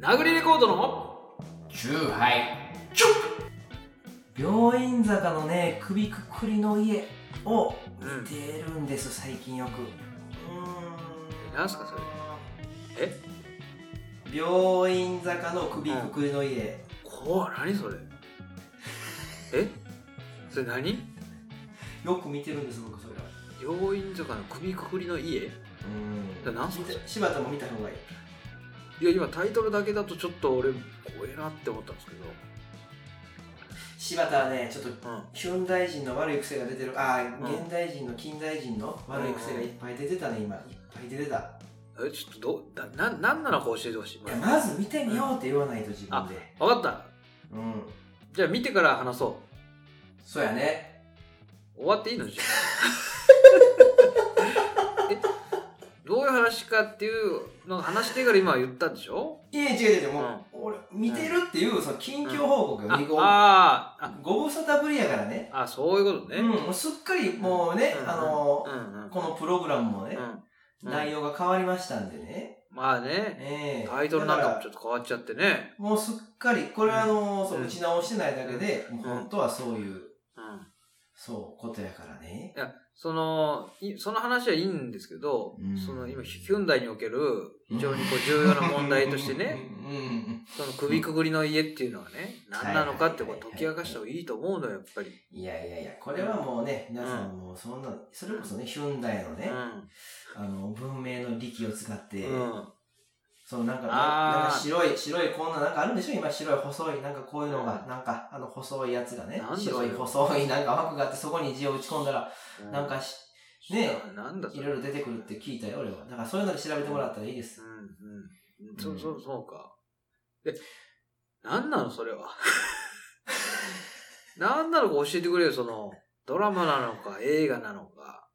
殴りレコードのチューハイチュッ病院坂のね首くくりの家をうん見てるんです最近よくうーん何すかそれえ病院坂の首くくりの家怖っ何それえそれ何よく見てるんです僕それは病院坂の首くくりの家うそれ何す見かそれて柴田も見た方がいいいや今タイトルだけだとちょっと俺怖えなって思ったんですけど柴田はねちょっとうん現代人の悪い癖が出てるああ、うん現代人の近代人の悪い癖がいっぱい出てたね今いっぱい出てたえちょっとどうだな何なのか教えてほしいいやまず見てみようって言わないと自分で分かったうんじゃあ見てから話そそうやねう終わっていいのじゃ あえどういう話かっていうのを話してから今言ったんでしょいや違う違うもう、俺見てるっていうその近況報告あよ、ごあーご無沙汰ぶりやからねああそういうことね、うんもうすっかりもうね、うんあのうんうんこのプログラムもね、うんうん内容が変わりましたんでね、まあねええタイトルなんかもちょだっと変わっちゃってねらもうすっかりこれはあのそううん打ち直してないだけで、もう本当はそういううんそうことやからねいやそのいその話はいいんですけど、うんその今ヒュンダイにおける非常にこう重要な問題としてね、うんその首くぐりの家っていうのはね、何なのかってことを解き明かした方がいいと思うのよ、やっぱり。いやいやいやこれはもうね皆さんもうそんなそれこそねヒュンダイのね、あの文明の力を使って、うん。うん。そのなんか、あーなんか白い、白いこんななんかあるんでしょ今白い細い、なんかこういうのがう、なんかあの細いやつがねなん、だそ白れい細いなんか枠があってそこに字を打ち込んだら、なんかし、ねうん、なんだそいれ。ろいろ出てくるって聞いたよ俺は。だからそういうので調べてもらったらいいですう。んうん。そうそう、そうか。で、何なのそれは。 何なのか教えてくれよ、その、ドラマなのか、映画なのか、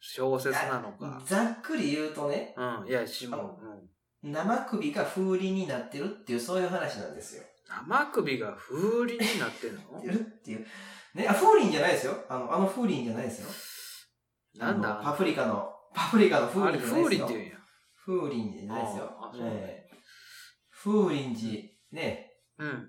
小説なのか。ざっくり言うとね、うん。いや、しも、うん。生首が風鈴になってるっていうそういう話なんですよ。生首が風鈴になってんのなってるっていう。ね、あ、風鈴じゃないですよ。あの、あの風鈴じゃないですよ。なんだあのパプリカの、パプリカの風あれ、鈴じゃない風鈴ですよ。って言うんや。風鈴じゃないですよああ。そうね、風鈴寺、ね、うん。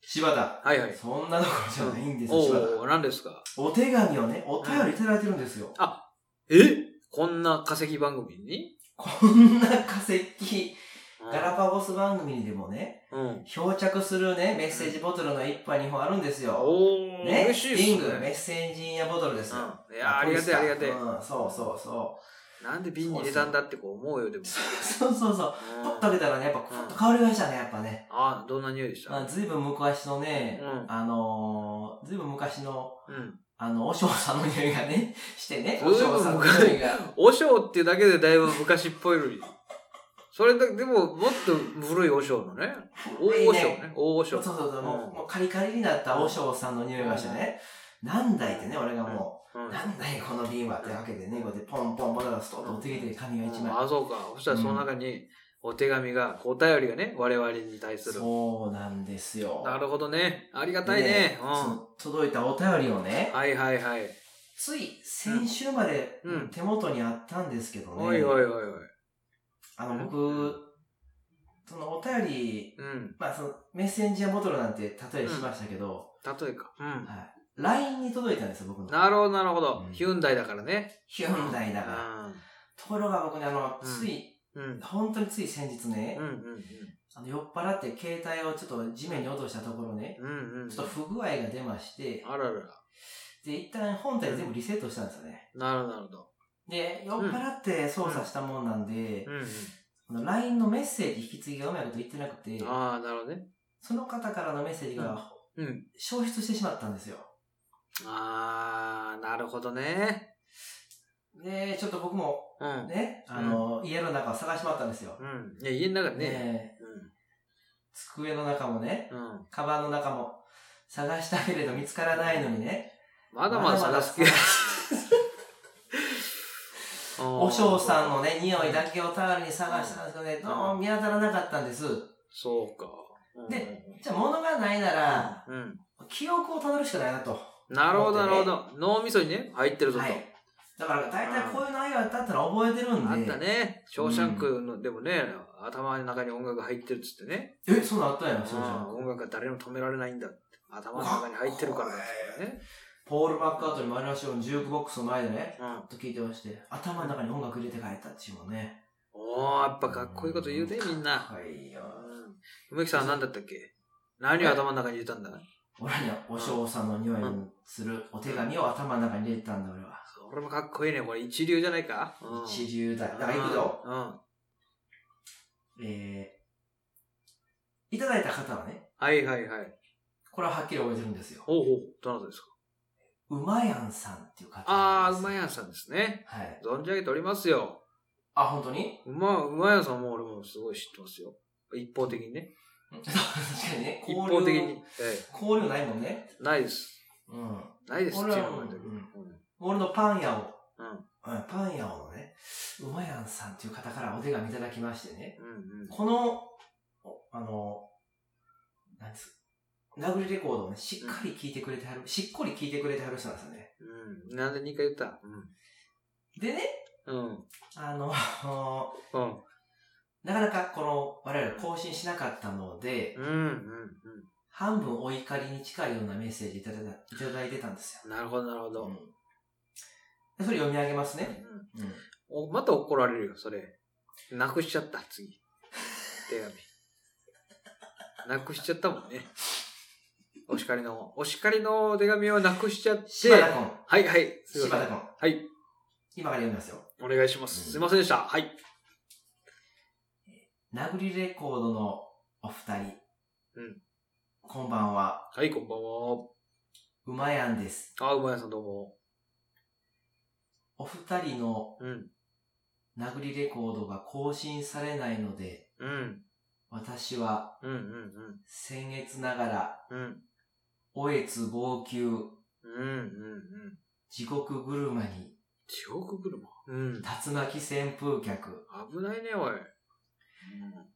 柴田。はいはい。そんなところじゃないんですよ、柴おお、何ですか田。お手紙をね、お便りいただいてるんですよ。えこんな化石番組にこんな化石、うんガラパゴス番組にでもね、うん。漂着するね、メッセージボトルの1杯2本あるんですよ。おー、ね、嬉しいっリンすグ、メね。ッセージインやボトルですよ。うん。いやー、ありがてえ、ありがてうん、そうそうそえ。なんで瓶に入れたんだってこう思うよ、でも。う。そうそうそう。うんポッと開けたらね、やっぱ、ふっと香りがしたね、やっぱね。あ、どんな匂いでしたまあ、ずいぶん昔のね、うんあのー、ずいぶん昔の、うん。あの、お嬢さんの匂いがね、 してね、ずいおぶん昔嬢さんの匂いが。おしょうっていうだけでだいぶ昔っぽいのに。それだけ、でも、もっと古いおしょうのね。大おしょうね。大おしそょうう。そうそう、もうんうもうカリカリになった和尚さんの匂いがしてね、何台ってね、俺がもうう、ん。何台この瓶はってわけでね、こうやってポンポンボタンをストッと持ってきて、紙が一枚。あ、そうか。そしたらその中に、お手紙が、お便りがね、我々に対する。そうなんですよ。なるほどね。ありがどたいね。うん。届いたお便りをね、はいはいはい。つい先週までうん手元にあったんですけどおいね、おいおいおい。あの、僕、そのお便り、うん。まあそのメッセンジャーボトルなんて例えしましたけど、例えか。うん。はい LINE に届いたんですよ、僕の。なるほど、なるほど。うんヒュンダイだからね。ヒュンダイだから。ところが僕ね、あの、うんつい、うん。うん。本当につい先日ね、うん。うん。あの酔っ払って携帯をちょっと地面に落としたところね、うん。うん。ちょっと不具合が出まして、あららら。で、一旦本体全部リセットしたんですよね。なるほど、なるほど。で、酔っ払って操作したもんなんでう、んあの LINE のメッセージ引き継ぎがうまいこと言ってなくてうん。、ああ、なるほどね。その方からのメッセージがうん。消失してしまったんですよ。ああ、なるほどね。で、ちょっと僕もうん。ね、あの、家の中を探しまったんですよ。うん。いや、家の中でね。ね机の中もね、うん。うん。カバンの中も探したけれど見つからないのにね、まだまだ探すけど。 お嬢さんの。のね、匂いだけを頼りに探したんですけどね、どうも見当たらなかったんです。そうか。うんで、じゃあ物がないなら、うん。記憶をたどるしかないなと。はなるほど、なるほど。脳みそにね、入ってるいぞと。。だから大体こういう内容やったってのは覚えてるんで。あったね。ショーシャンクの、でもね、頭の中に音楽入ってるっつってね。え、そんなんあったやん、ショーシャンうん音楽が誰にも止められないんだって。頭の中に入ってるからだっつってね。ポール・マッカートニーマイナーションジュークボックスの前でね、うん。ずっと聞いてまして、頭の中に音楽入れて帰ったっていうもんね。おー、やっぱかっこいいこと言うね、みんな。はいよ。うん。梅木さんは何だったっけ何を頭の中に入れたんだ俺にはお嬢さんの匂いのするお手紙を頭の中に入れてたんだ、俺は。それもかっこいいね。これ一流じゃないかうん一流だ。だから行くぞ。うん。うんえー、いただいた方はね、はいはいはい。これははっきり覚えてるんですよ。ほうほう。どなたですかうまやんさんっていう方あー、うまん。やんさんですね。はい。存じ上げておりますよ。あ、本当に うま、うまやんさんも俺もすごい知ってますよ。一方的にね。確かにね、一方的に。え交流ないもんね。え、ないです。うん。ないですっていうの俺もはあるんもうだけど。俺のパン屋を、うんうんパン屋をのね、うまやんさんっていう方からお手紙いただきましてね、うんうん。この、おあの、なんつう、殴りレコードをね、しっかり聞いてくれてはる、しっこり聞いてくれてはる人なんですよね。うん。なんで2回言ったでね、うん。うん。あの、うん。なかなかこの、我々更新しなかったので、うんうんう半分お怒りに近いようなメッセージいただいたいただいてたんですよ。ん。なるほど、なるほど。うんでそれ読み上げますうんね。うんおまた怒られるよ、それ。なくしちゃった、次。手紙。なくしちゃったもんね。お叱りの、お叱りの手紙をなくしちゃって。柴田君、はいはい。すい柴ま田せん。君、はい。今から読みますよ。お願いします。すいませんでした。はい。殴りレコードのお二人。うんこんばんは。はい、こんばんうまやんです。は。あ、うまやさんどうも。お二人のうん。殴りレコードが更新されないので、うん。私はうんうん先月ながら、うん。うん。おえつ号泣、うんうんうん。地獄車に、地獄車。うん。竜巻旋風客、危ないね、おい。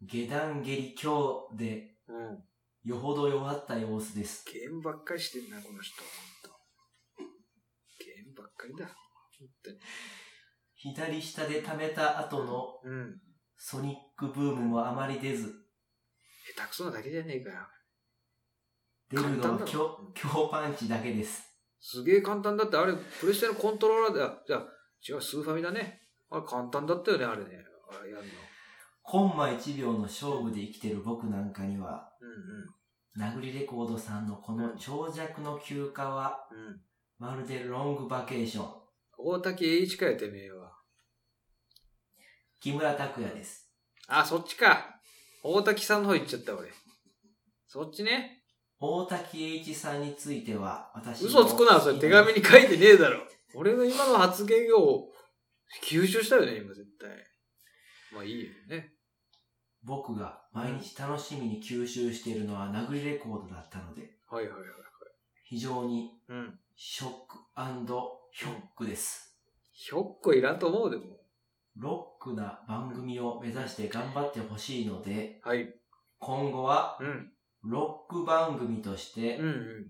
下段蹴り狂で、うん。うん。よほど弱った様子です。ゲームばっかりしてんな、この人。ほんとゲームばっかりだ。ほんとに左下で溜めた後のうん。ソニックブームもあまり出ず、下手くそなだけじゃねえかよ。出るのは簡単だ強強パンチだけです。すげえ簡単だって、あれ、プレステのコントローラーだ。じゃあ、違う、スーファミだね。あれ簡単だったよね、あれね。あれやるの。コンマ1秒の勝負で生きてる僕なんかには、う殴りレコードさんのこの長尺の休暇は、んうん。うん。まるでロングバケーション。大滝栄一かよ、てめえは。木村拓哉です。あ、そっちか。大滝さんの方行っちゃった、俺。そっちね。大滝栄一さんについては、私の嘘つくな、それ手紙に書いてねえだろ。俺の今の発言を吸収したよね、今絶対。まあいいよね。僕が毎日楽しみに吸収しているのは殴りレコードだったので、はいはいはい。非常にうん。ショックヒョックです。ひょっこいらんと思うでも。ロックな番組を目指して頑張ってほしいので、はい。今後はうん。ロック番組としてうん、うん。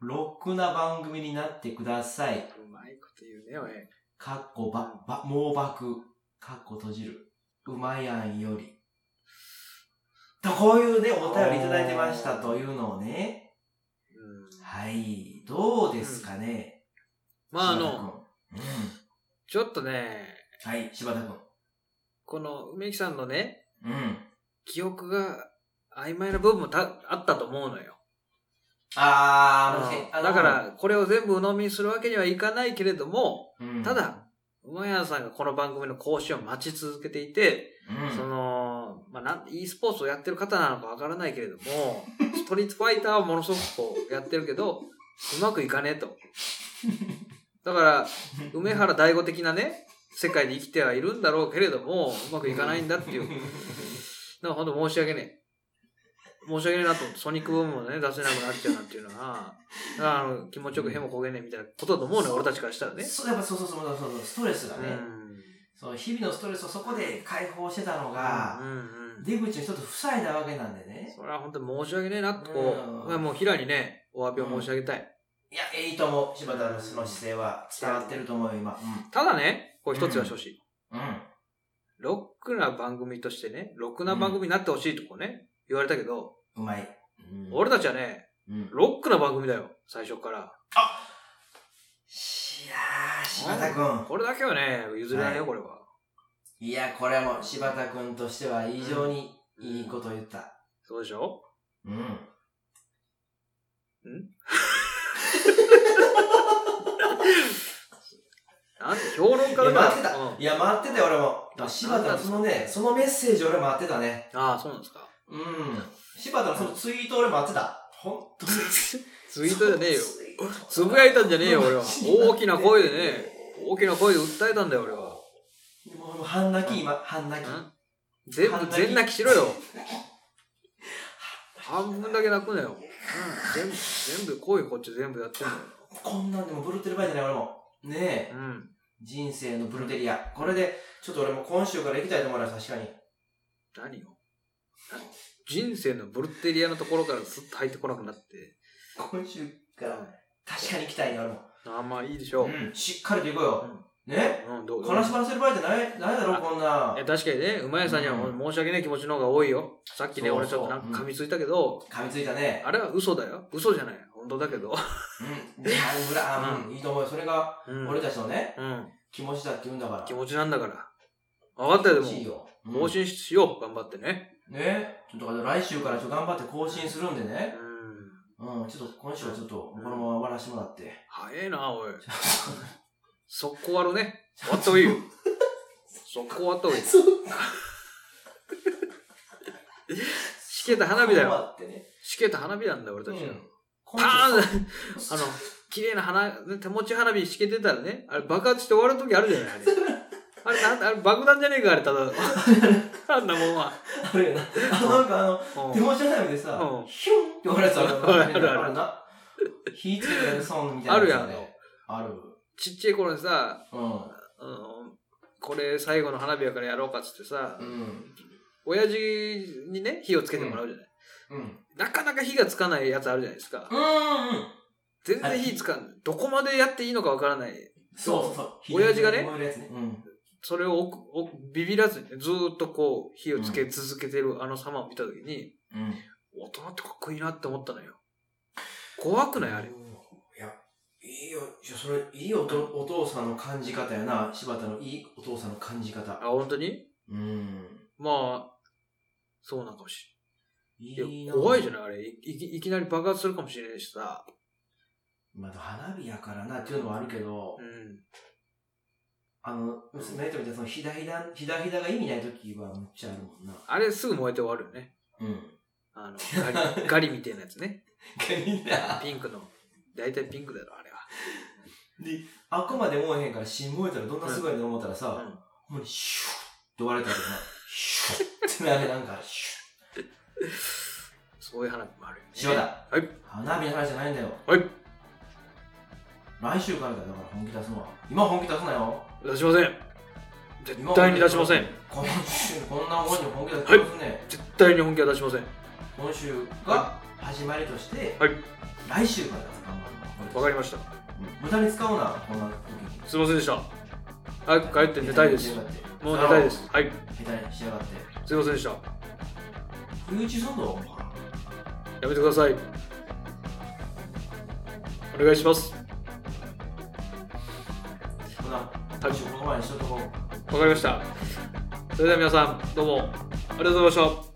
ロックな番組になってください。うまいこと言うね、おい。かっこば、ば、猛爆。かっこ閉じる。うまやんより。と、こういうね、お便りいただいてましたというのをね。うん。はい。どうですかね。まああ柴田の、君。ちょっとね、うん。はい、柴田君。この梅木さんのね、うん。記憶が曖昧な部分もたあったと思うのよ。あー、もしうんだか、ら、これを全部鵜呑みにするわけにはいかないけれども、あのうんただ、馬屋さんがこの番組の更新を待ち続けていて、うん その、まあ、なん、e スポーツをやってる方なのかわからないけれども、ストリートファイターはものすごくこうやってるけど、うまくいかねえと。だから、梅原大吾的なね、世界で生きてはいるんだろうけれども、うまくいかないんだっていう。なんか本当申し訳ねえ。申し訳ねえなと思って、ソニックブームもね、出せなくなっちゃうなんていうのは、だからあの気持ちよくへも焦げねえみたいなことだと思うのよ、俺たちからしたらね。そう、やっぱそうそうそう、そうそうストレスがうね、ん。そう、日々のストレスをそこで解放してたのがう、んうん。出口の一つ塞いだわけなんでね。それは本当に申し訳ねえなとこうんう、まあもう平にね、お詫びを申し上げたい。いや、いいと思う。柴田のその姿勢は伝わってると思うよ、今。ただね、これ一つは正直、うん。ロックな番組としてね、ロックな番組になってほしいとこね、言われたけど、うまい。うん俺たちはね、うん。ロックな番組だよ、最初から。しやー、柴田くん。これだけはね、譲れないよ、はいこれは。いや、これも柴田くんとしては非常にいいこと言った。そうでしょうん。なんて評論家いや、だから。待ってた。うんいや、待ってたよ、俺も。でも柴田のそのね、そのメッセージ俺待ってたね。ああ、そうなんですか。うん。柴田のそのツイート俺待ってた。本当に。ツイートじゃねえよ。ツイートつぶやいたんじゃねえよ俺は大きな声でね。大きな声で訴えたんだよ、俺は。でも俺も半泣き、今、半泣き。ん全部半泣き全泣きしろよ。半分だけ泣くなよ。うん、全部、全部、こういうこっち全部やってんだよ。こんなんでもブルーテルバイじゃない、俺も。ねえう。ん。人生のブルテリア。これで、ちょっと俺も今週から行きたいと思います、確かに。何よ。な人生のブルッテリアのところからスッと入ってこなくなって。今週から、確かに行きたいね、俺も。あんまあいいでしょう。うん、うん、しっかりと行こうよ。ねどう悲しばらせる場合じゃない、ないだろ、こんないや。確かにね、うまいさんにはうん申し訳ない気持ちの方が多いよ。さっきね、そうそう俺ちょっとなんか噛みついたけど、噛みついたね。あれは嘘だよ。嘘じゃない。本当だけど。うん。で、あの裏、あうん、いいと思うよ。それが、うん。俺たちのね、うん。気持ちだって言うんだから。気持ちなんだから。分かったよ、でいいも。よ。うん更新しよう、頑張ってね。ねちょっとだから来週からちょっと頑張って更新するんでうね。ん。うん、ちょっと今週はちょっと、このまま終わらせてもらって。早いな、おい。速攻終わるね。終わった方がいいよ。速攻終わった方がいい。そう。しけた花火だよ。ってね。しけた花火なんだよ、俺たちは。パパーンああのの、、綺麗な花、ね手持ち花火しけてたらね、あれ爆発して終わる時あるじゃない、あれ。あれ、なんあれ爆弾じゃねえか、あれ、ただの。 あんなもんは。あるよな。あの、なんかあの、うん手持ち花火でさうん、ヒュンって俺さ、あるあるあるな。火ついてるソングみたいなつね。ある。ちっちゃい頃にさ、ううん、これ最後の花火やからやろうかっつってさ、ん。うん。親父にね、火をつけてもらうじゃない。うん。なかなか火がつかないやつあるじゃないですかう。んうん。全然火つかんない。どこまでやっていいのかわからない。そうそうそう。火親父がね燃えるやつね。うん。それをおくおくビビらずにね、ずーっとこう、火をつけ続けてるあの様を見たときに、うん。大人ってかっこいいなって思ったのよ。怖くないあれう。んいや、いいよ。いやそれ、いいおとお父さんの感じ方やな。柴田のいいお父さんの感じあ、方。本当にうん。まあ、そうなのかもしれないいいなや。怖いじゃないあれいいき。いきなり爆発するかもしれないしさ。まあ、花火やからなっていうのもあるけど、うん。あの、娘とみたいなそのひだひだ、ひだひだが意味ない時はむっちゃあるもんな。あれすぐ燃えて終わるよね。うん。あの、ガ リ、ガリみたいなやつね。みんな。ピンクの。大体ピンクだろ、あれは。で、あくまで燃えへんから、死燃えたらどんなすごいの思ったらさ、うんほんまにシュッって割れたらな、シュッってなれなんか、シそういう花火もあるよね。ュッ。塩だ。はい。花火の話じゃないんだよ。はい。来週からだよ、だから本気出すのは。今本気出すなよ。出しません。今絶対に出しません。。今週、こんなもんに本気出すますね。絶対に本気は出しません。今週が始まりとして、はい来週からだぞ頑張るわかりました。うん無駄に使うな、こんな時に。すいませんでした。早く帰って寝たいです。もう寝たいで。す。はい。下手にしやがって。すいませんでした。冬打ちすんぞ、お前やめてください。お願いします。ほな、来週この前にしとこう。わかりました。それでは皆さん、どうもありがとうございました。